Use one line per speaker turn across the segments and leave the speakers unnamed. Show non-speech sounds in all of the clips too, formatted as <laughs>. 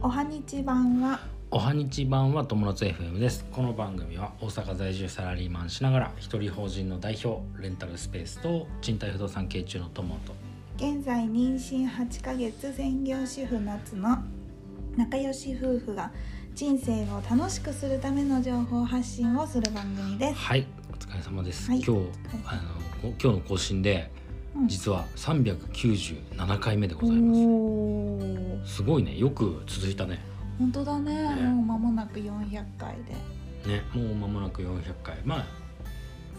おはにち版は
おはにち版は友達 FM ですこの番組は大阪在住サラリーマンしながら一人法人の代表レンタルスペースと賃貸不動産系中の友と
現在妊娠8ヶ月専業主婦夏の仲良し夫婦が人生を楽しくするための情報発信をする番組です。
はいお疲れ様です、
はい
今日
は
あのこ今日の更新で
うん
実は397回目でございま
おー
すすごいねよく続いたね
本当だね
ね
もう間もなく400回で
ねもう間もなく400回まあ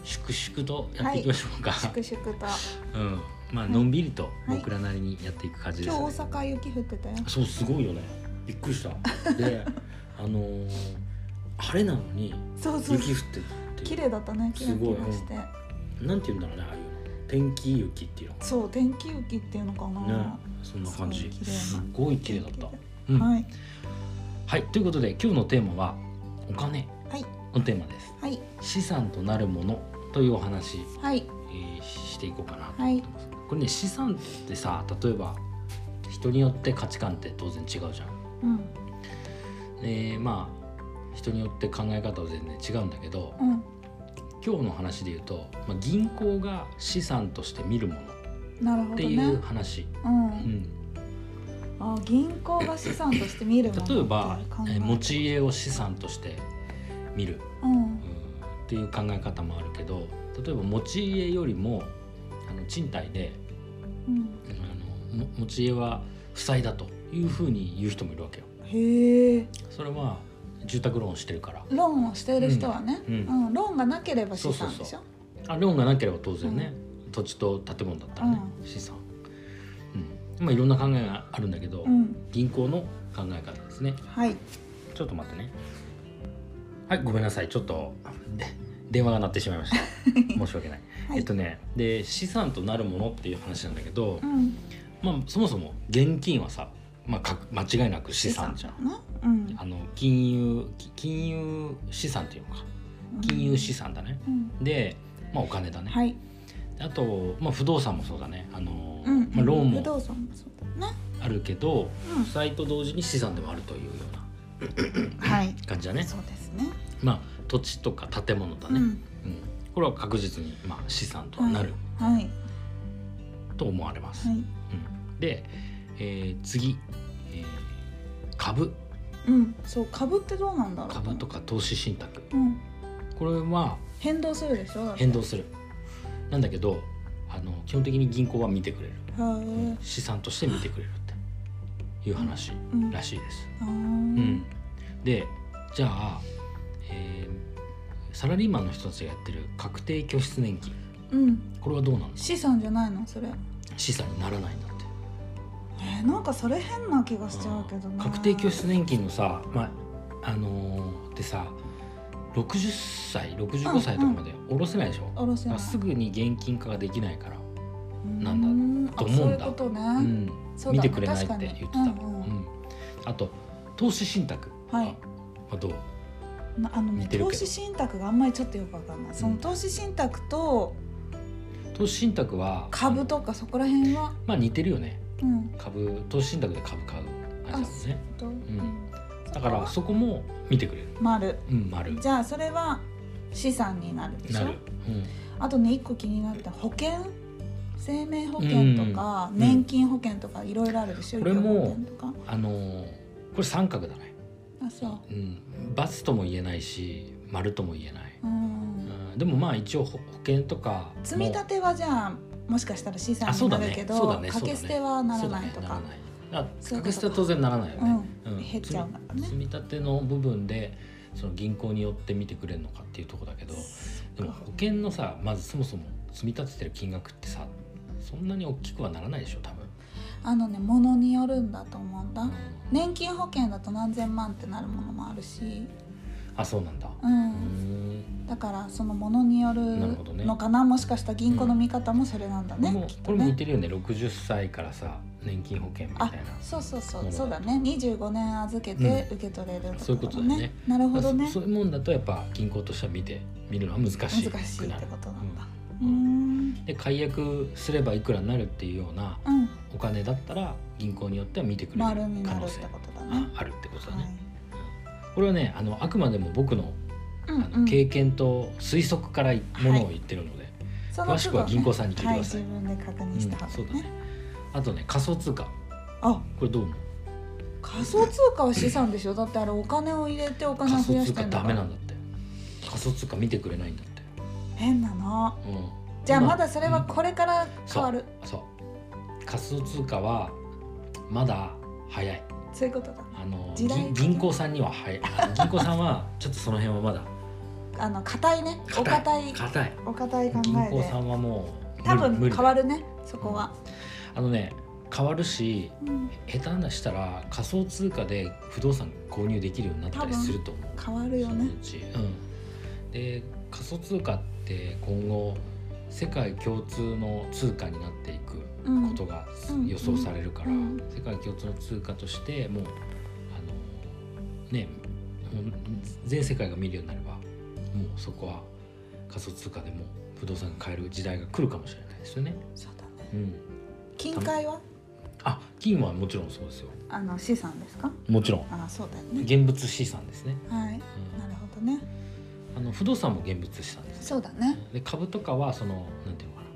粛々とやっていきましょうか、
粛々と
<laughs> うんまあのんびりと僕らなりにやっていく感じです
今
ね、
日大阪雪降ってたよ。
そうすごいよねびっくりしたであのー晴れなのに
そうそう
雪降ってるっていう
綺麗だったねキラキラして。
なんて言うんだろうねああいうの天気雪っていうの
そう天気雪っていうのか
ね
な。
そんな感
そう
じ
綺麗な
すごい綺麗だったうんは
はい
いということで今日のテーマはお金
はい
のテーマです
はい
資産となるものというお話、
はい
えーしていこうかなと
はい
これね資産ってさ例えば人によって価値観って当然違うじゃん
うん
えーまあ人によって考え方は全然違うんだけど
うん
今日の話で言うと、まあ、銀行が資産として見るもの
なるほ
っ
ど
て
ね。
いう話、
うん、
うん
あ銀行が資産として見るものって
例えば
考
えー持ち家を資産として見る、
うん
うんっていう考え方もあるけど例えば持ち家よりもあの賃貸で
うん
あのも持ち家は負債だというふうに言う人もいるわけよ。
へえ
それは住宅ローンしてるから
ローンをしている人はね、
うんう
ローンがなければ資産でし
そう
ょ
あローンがなければ当然ね、土地と建物だったらね、資産、うん、まあいろんな考えがあるんだけど、
うん
銀行の考え方ですね
はい
ちょっと待ってねはいごめんなさいちょっとで電話が鳴ってしまい
<laughs>
ました申し訳ない、
はい
えっとねで資産となるものっていう話なんだけど、
うん
まあそもそも現金はさ、まあ、か間違いなく資産じゃん
なうん
あの金融き金融資産っていうのか金融資産だね
うん
で、まあ、お金だね、
はい
あと、まあ、不動産もそうだね、あのー
うん
まあ、ローン
不
も
動産もそうだね
あるけど
うん
負債と同時に資産でもあるというような
はい
感じだね
そうですね
まあ土地とか建物だね、
う
うん
ん
これは確実に、まあ、資産とはなる
はい
と思われます、
はい
うんで、えー次、えー株
うんそう株ってどうなんだろう
株とか投資信託
うん
これは
変動するでしょだって
変動するなんだけどあの基本的に銀行は見てくれる、
へえ
資産として見てくれるっていう話
うん
らしいです、
あー
うん、でじゃあ、えーサラリーマンの人たちがやってる確定拠出年金
うん
これはどうなんですか
資産じゃないのそれ
資産にならないんだって
えーなんかそれ変な気がしちゃうけど
うん
な
確定拠出年金のさ、まああのーでさ60歳65歳とかまで下ろせないでしょ、
おろせ
だ
な
か
い
らすぐに現金化ができないから、なんだ
んだ
と思うんだ
そういうことね、
うん
そう
見
だね
てくれないって言ってた、う
確
ん
かにうんうん
あと投資信託
はい
あどう
なあのね
似てる
投
けど
資信託があんまりちょっとよくわかんないその
うん
投資信託と
投資信託は
株とかそこら辺は
まあ似てるよね
うん
株投資信託で株買うあれだもんね
と、うん
だ
そ
か
こ
ら
は
そこも見てくれる。
丸
うん、丸。
じゃあそれは資産になるでし
な
ょ
る。うん。
あとね一個気になった保険生命保険とか
うん
年金保険とかいろいろあるでしょ、
これも
医療保険とか
あのーこれ三角だね。
あそう
うん。バツとも言えないし、丸とも言えない。
うん
うん、でもまあ一応保保険とかも
積み立てはじゃあもしかしたら資産
あそう
に
だ
な
ね
るけど、
そうだね
掛け捨てはならないと
そうだ
か
ね、ならない。あ、
そういうことか
格下は当然ならないよね。
うん減っちゃうんだからね
積み積み立ての部分でその銀行によって見てくれるのかっていうところだけど、でも保険のさ、まずそもそも積み立ててる金額ってさ、そんなに大きくはならないでしょ、多分。
あのねものによるんだと思うんだ
うん
年金保険だと何千万ってなるものもあるし、
あ、そうなんだ。
う
うんん。
だからそのものによる
なるほどね
のかなもしかしたら銀行の見方もそれなんだね、
でも
きっ
ことれも似
ね
てるよね60歳からさ年金保険みたい
あ
な
そうそうそ
も
う
のだ
そうだね25年預け
うん
て受け取れる
そういうことだよね
なるほどね
そそういうもんだとやっぱ銀行としては見て見るのは難しい
難しいってことなんだうー
うん
ん
で解約すればいくらになるっていうような
うん
お金だったら銀行によっては見てくれ
丸
る
に
可
なる
能
って
性
ことだね。
あるってことだ
は
ね。
い。
これはねあのあくまでも僕の
う
あ
んう
の
ん。
経験と推測からものを言ってるので、
その都度ね
詳しくは銀行さんに聞いてください
はい、自分で確認した
うん
方が
そうだ
ね。
ね。あとね仮想通貨
あ、
これどう思う
仮想通貨は資産でしょ。だってあれお金を入れてお
仮
金を増
想
や
通
して
貨
んだ
ダ
か
メ
ら。
なんだって仮想通貨見てくれないんだって、
変なの。
うん、
じゃあ
今
まだそれはこれから変わる。
そう仮想通貨はまだ早い
そういうことだ。
あの
時代
銀銀行さんには早い
<laughs>
あの銀行さんはちょっとその辺はまだ
あの硬いね。お堅い。
硬い
お堅い考
銀
え
行
で
さ。んはもう
多
無
分
理
変わるね。そこは。
あのね変わるし
うん
下手なしたら仮想通貨で不動産購入できるようになったりすると思う
変わるよね
その。うちうん、で仮想通貨って今後世界共通の通貨になっていく
うん
ことが
うん
予想されるから、
うん
世界共通の通貨としてもうあのねもう全世界が見るようになればもうそこは仮想通貨でも不動産が買える時代が来るかもしれないですよね。
そうだね。
うん、
金塊は
あ金はもちろんそうですよ
あの資産ですか？
もちろん
ああ、そうだよね。
現物資産ですね、
はい。
うん
なるほどね。
あの不動産も現物資産です
そうだね。
で株とかはそのなんていうのかな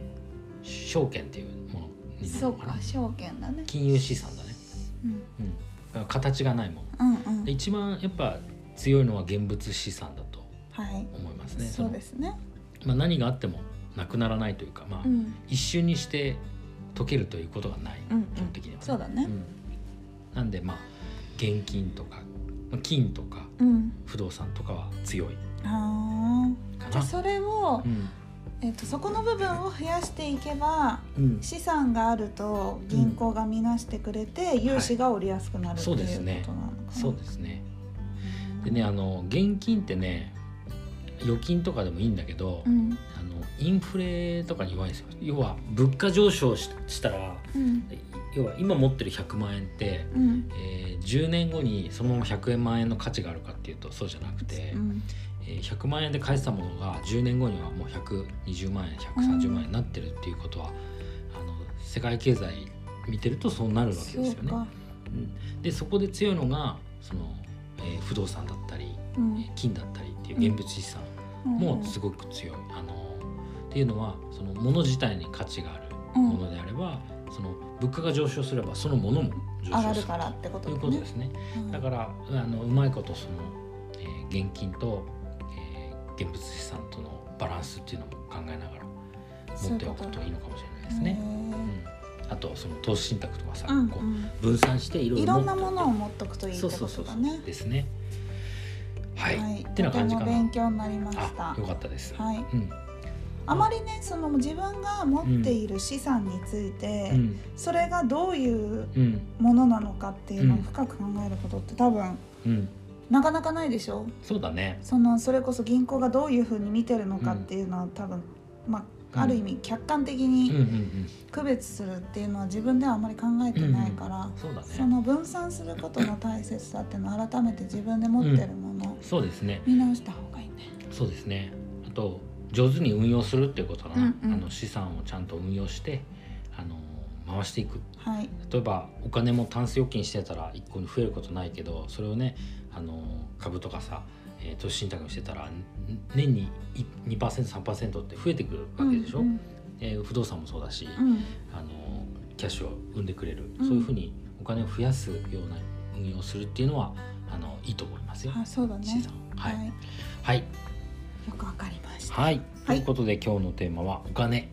証券っていうものになる
そ
の
う
かな
か、証券だね。
金融資産だね、
うん。
うん、だから形がないもの
うんうん
で。一番やっぱ強いのは現物資産だと
はい。
思いますね、
そうですすね。
まあ、何があってもなくならないというか、まあ
うん。
一瞬にして解けるということがない、
うんうん
基本的には、
そうだね
んなんでまあ現金とかまあ金とか
うん。
不動産とかは強い
ああ。
か
じゃ
な
あそれを
う、ん
えっとそこの部分を増やしていけば。
うん、
資産があると銀行が見なしてくれて、融資が折りやすくなるってい
そうう
こと
です
な
ね
のかな。
そうですね
す
でね。あの現金ってね預金とかでもいいんだけど、
うん
あのインフレとかに弱いんですよ要は物価上昇ししたら
うん
要は今持ってる100万円って、
うん
えー10年後にそのまま100万円の価値があるかっていうとそうじゃなくて、
うん
えー100万円で返したものが10年後にはもう120万円130万円になってるっていうことは、あの世界経済見てるとそうなるわけです
そ
よ
う
ね。
か。
うんでそこで強いのがその、えー不動産だったり、
うん
えー金だったりっていう現物資産もすごく強い。あのっていうのはその物自体に価値があるものであれば、その物価が上昇すればそのものも
上
上
が
昇す
る
る
からってこと
とい
だね
うことですね。
うん
だからあのうまいことその、えー現金と、えー現物資産とのバランスっていうのも考えながら持っておくといいのかもしれないですね。
へ
う
ー
ん、あとその投資信託とかさ、
うん
こ
う
うん分散していろい
い
ろ
ろ
持っ
んな
ておく
ものを持っとくといいって
そう
こ
そうそ
と
うそ
だ
う
ね。
ですね。はい、
はい、
ってな
とて
感じ
も
かな
勉。強になりまし
あ
た、。
よかったです。
はい、
うん、
あまりね、その自分が持っている資産について、
うん、
それがどういう
うん、
ものなのかっていうのを
うん
深く考えることって多分
うん、
なかなかないでしょ。
そうだね。
そのそれこそ銀行がどういうふうに見てるのかっていうのは多分、まあ、ある意味客観的
うん、う
に
ん、
区別するっていうのは自分ではあんまり考え
うん、
てないから、
うんそうだ
そ
ね。
の分散することの大切さっていうのを改めて自分で持ってるものを
そうですね。
見直した方がいいね。
そうですね。あと上手に運用するっていうことかな。
うんうん
あの資産をちゃんと運用して、あの回していく。
はい、
例えばお金もタンス預金してたら一個に増えることないけど、それをね、あの株とかさ。えー投資信託にしてたらん年にい2%、3%って増えてくるわけでしょ、
うんうん
えー不動産もそうだし、
うん
あのキャッシュを生んでくれる、
うん
そういうふうにお金を増やすような運用をするっていうのはあのいいと思いますよ。
あ、そうだね
資。産はい
はい、
はい、
よくわかりました。
はいと
はい
いうことで今日のテーマは「お金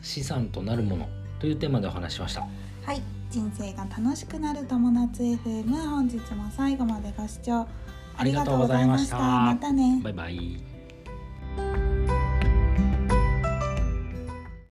資産となるもの」というテーマでお話ししました。
はい、人生が楽しくなる友達 FM 本日も最後までご視聴ありがとうございました。
ありがとうございま
また
した
ね。
バイバイ